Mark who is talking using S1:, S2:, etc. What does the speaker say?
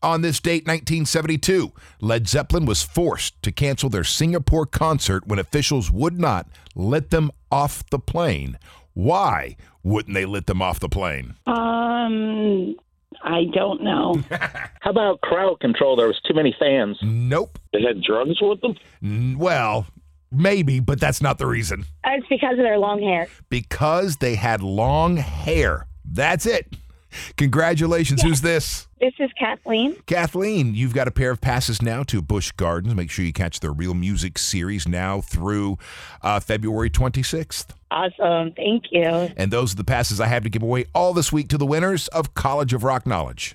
S1: On this date, 1972, Led Zeppelin was forced to cancel their Singapore concert when officials would not let them off the plane. Why wouldn't they let them off the plane?
S2: Um, I don't know.
S3: How about crowd control? There was too many fans.
S1: Nope.
S3: They had drugs with them.
S1: N- Well, maybe, but that's not the reason.
S4: It's because of their long hair.
S1: Because they had long hair. That's it. Congratulations. Who's this?
S4: This is Kathleen.
S1: Kathleen, you've got a pair of passes now to Busch Gardens. Make sure you catch the Real Music Series now through uh, February 26th.
S4: Awesome. Thank you.
S1: And those are the passes I have to give away all this week to the winners of College of Rock Knowledge.